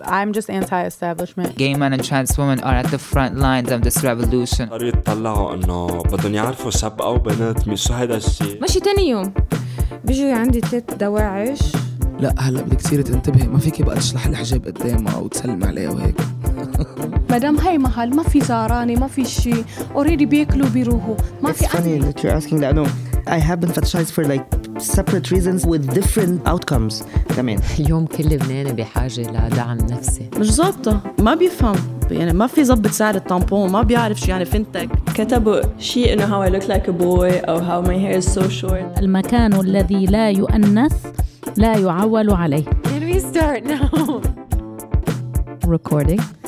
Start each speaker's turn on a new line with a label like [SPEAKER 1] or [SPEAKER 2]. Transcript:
[SPEAKER 1] I'm just anti-establishment.
[SPEAKER 2] Gay men and trans women are at the front lines of this revolution.
[SPEAKER 3] صاروا يتطلعوا انه بدهم يعرفوا سبقه وبنات مش شو هيدا الشيء
[SPEAKER 4] ماشي تاني يوم بيجوا عندي تلات دواعش
[SPEAKER 5] لا هلا بدك تصيري تنتبهي ما فيك بقى تشلح الحجاب قدامها او تسلمي عليها وهيك
[SPEAKER 6] مدام هاي محل ما في زعرانة ما في شيء اوريدي بياكلوا بيروحوا ما
[SPEAKER 7] It's
[SPEAKER 6] في أكل
[SPEAKER 7] funny that you're asking that. No, I have been fetishized for like separate reasons with different outcomes. I mean,
[SPEAKER 8] اليوم كل لبنان بحاجة لدعم نفسي
[SPEAKER 9] مش ظابطة ما بيفهم يعني ما في ظبط سعر التامبون ما بيعرف شو يعني فنتك
[SPEAKER 10] كتبوا شيء انه how I look like a boy او how my hair is so short
[SPEAKER 11] المكان الذي لا يؤنث لا يعول عليه
[SPEAKER 4] Can we start now?
[SPEAKER 11] recording